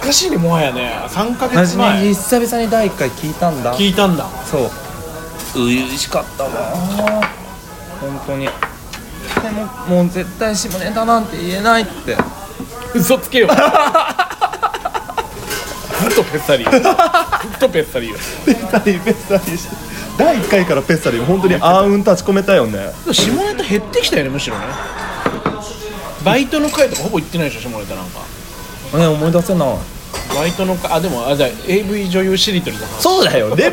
[SPEAKER 1] かしいねもはやね3ヶ
[SPEAKER 4] 私
[SPEAKER 1] 月前
[SPEAKER 4] ね久々に第一回聞いたんだ
[SPEAKER 1] 聞いたんだ
[SPEAKER 4] そう初々しかったわ本当にでももう絶対下ネタなんて言えないって
[SPEAKER 1] 嘘つけよずっとペッサリーよずっとペッサリーよ
[SPEAKER 2] ペッサリーペッサリーして第1回からペッサリー本当にあーうん立ち込めたよね
[SPEAKER 1] 下ネタ減ってきたよねむしろねバイトの会とかほぼ行ってないでしょ下ネタなんか
[SPEAKER 4] ね思い出せない
[SPEAKER 1] バイトの会あでもあじゃあ AV 女優しりとりだな
[SPEAKER 2] そうだよで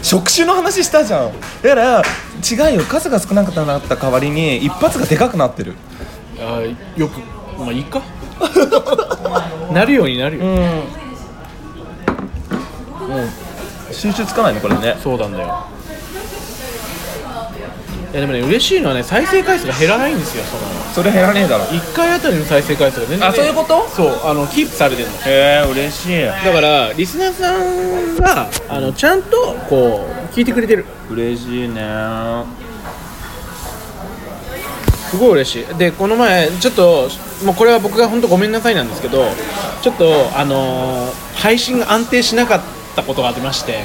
[SPEAKER 4] 職種の話したじゃんだから違うよ数が少なくなった代わりに一発がでかくなってる
[SPEAKER 1] あよくまあいいか なるようになるよ、
[SPEAKER 4] 収集つかないねこれね
[SPEAKER 1] そうなんだよいやでもね嬉しいのはね再生回数が減らないんですよその
[SPEAKER 4] それ減らねえだろ
[SPEAKER 1] 1回あたりの再生回数が全然
[SPEAKER 4] あそういうこと
[SPEAKER 1] そうあのキープされてるの
[SPEAKER 4] へえ嬉しい
[SPEAKER 1] だからリスナーさんがあのちゃんとこう聞いてくれてる
[SPEAKER 4] 嬉しいね
[SPEAKER 1] すごい嬉しいでこの前ちょっともうこれは僕が本当ごめんなさいなんですけどちょっとあのー配信が安定しなかったことがありまして、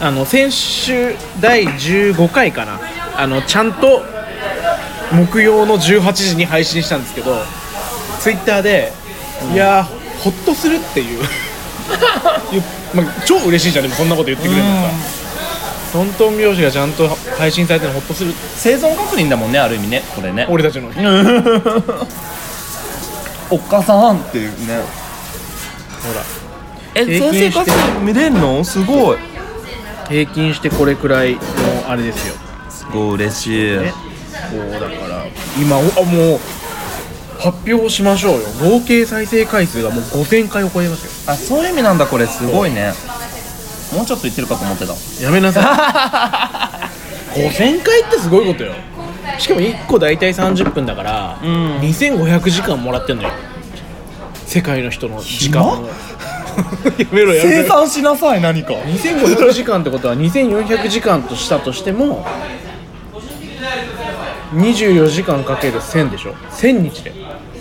[SPEAKER 1] あの先週第15回かなあのちゃんと木曜の18時に配信したんですけどツイッターで、いやーほっとするっていういうまあ、超嬉しいじゃんでもそんなこと言ってくれるのさ、トントン拍子がちゃんと配信されてるのほっとする
[SPEAKER 4] 生存確認だもんねある意味ねこれね
[SPEAKER 1] 俺たちの
[SPEAKER 4] おっかさん
[SPEAKER 2] っていうね
[SPEAKER 1] ほら
[SPEAKER 4] え
[SPEAKER 1] 平均して
[SPEAKER 2] 見れんのすごい
[SPEAKER 1] 平均してこれくらいのあれですよ
[SPEAKER 2] すごい嬉しい
[SPEAKER 1] ねこうだから今おあもう発表しましょうよ合計再生回数がもう5000回を超えます
[SPEAKER 4] あそういう意味なんだこれすごいねもうちょっと言ってるかと思ってた
[SPEAKER 1] よやめなさい5000回ってすごいことよしかも1個大体30分だから、2500時間もらってんのよ世界の人の時間を やめろやめろ
[SPEAKER 4] 生産しなさい何か
[SPEAKER 1] 2500時間ってことは2400時間としたとしても24時間かける1000でしょ1000日で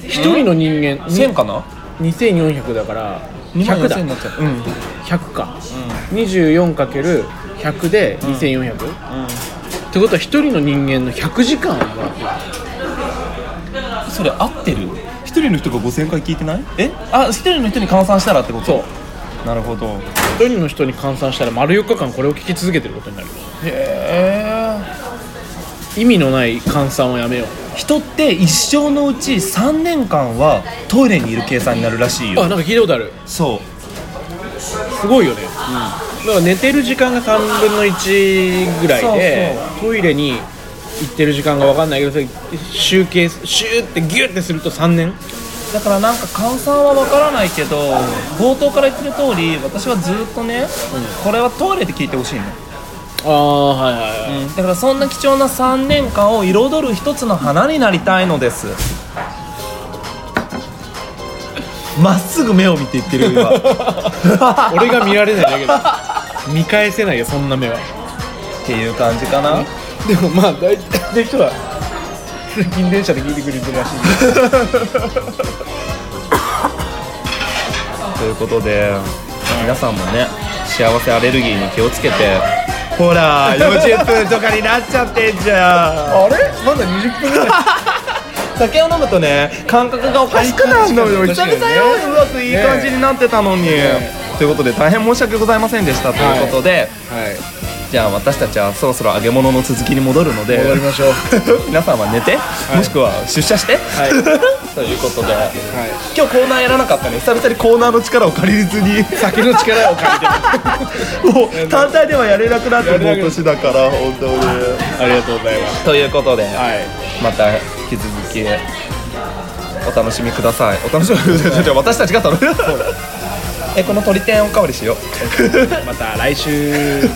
[SPEAKER 1] 1人の人間
[SPEAKER 4] 1000かな
[SPEAKER 1] 2400だから
[SPEAKER 4] 2 0
[SPEAKER 1] 100
[SPEAKER 4] 0
[SPEAKER 1] だ
[SPEAKER 4] 0になっちゃううん
[SPEAKER 1] 100か、24かける100で 2400?、ってことは1人の人間の100時間をもらってる
[SPEAKER 4] それ合ってる
[SPEAKER 2] 一人の人が5000回聞いてない
[SPEAKER 4] えあ一人の人に換算したらってこと
[SPEAKER 1] そう
[SPEAKER 2] なるほど
[SPEAKER 1] 1人の人に換算したら丸4日間これを聞き続けてることになる
[SPEAKER 4] へえ
[SPEAKER 1] 意味のない換算をやめよう
[SPEAKER 4] 人って一生のうち3年間はトイレにいる計算になるらしいよ
[SPEAKER 1] あなんか聞いたことある
[SPEAKER 2] そ
[SPEAKER 1] すごいよね、だから寝てる時間が3分の1ぐらいでトイレに行ってる時間が分かんないけどそれ集計集ってギュッてすると3年
[SPEAKER 4] だからなんか換算は分からないけど冒頭から言ってる通り私はずっとね、これはトイレで聞いてほしいの、
[SPEAKER 1] ああはいはいはい、
[SPEAKER 4] だからそんな貴重な3年間を彩る一つの花になりたいのですまっすぐ目を見て言ってる今
[SPEAKER 1] 俺が見られないだけだ見返せないよそんな目は
[SPEAKER 4] っていう感じかな
[SPEAKER 1] でもまあ大体の人は 通勤電車で聞いてくれてるらしいんで
[SPEAKER 4] ということで
[SPEAKER 2] 皆さんもね幸せアレルギーに気をつけてほら40分とかになっちゃってんじゃん
[SPEAKER 1] あれまだ20分ぐらい
[SPEAKER 2] 酒を飲むとね感覚がおかしくなるのよ久
[SPEAKER 1] 確か
[SPEAKER 2] 々
[SPEAKER 1] に
[SPEAKER 2] ようまくいい感じになってたのに、ということで大変申し訳ございませんでしたということで、
[SPEAKER 1] はい
[SPEAKER 2] じゃあ私たちはそろそろ揚げ物の続きに戻るので
[SPEAKER 1] 戻りましょう
[SPEAKER 2] 皆さんは寝て、もしくは出社して、
[SPEAKER 1] い
[SPEAKER 2] ということで
[SPEAKER 1] はい
[SPEAKER 2] 今日コーナーやらなかったね久々にコーナーの力を借りずに
[SPEAKER 1] 酒 の力を借りてる
[SPEAKER 2] もう単体ではやれなくなってもう年だから本当に
[SPEAKER 1] ありがとうございます
[SPEAKER 2] ということで
[SPEAKER 1] はい
[SPEAKER 2] また引き続きお楽しみくださいお楽しみじゃあ私たちが 楽しみえこの鳥天おかわりしよう
[SPEAKER 1] また来週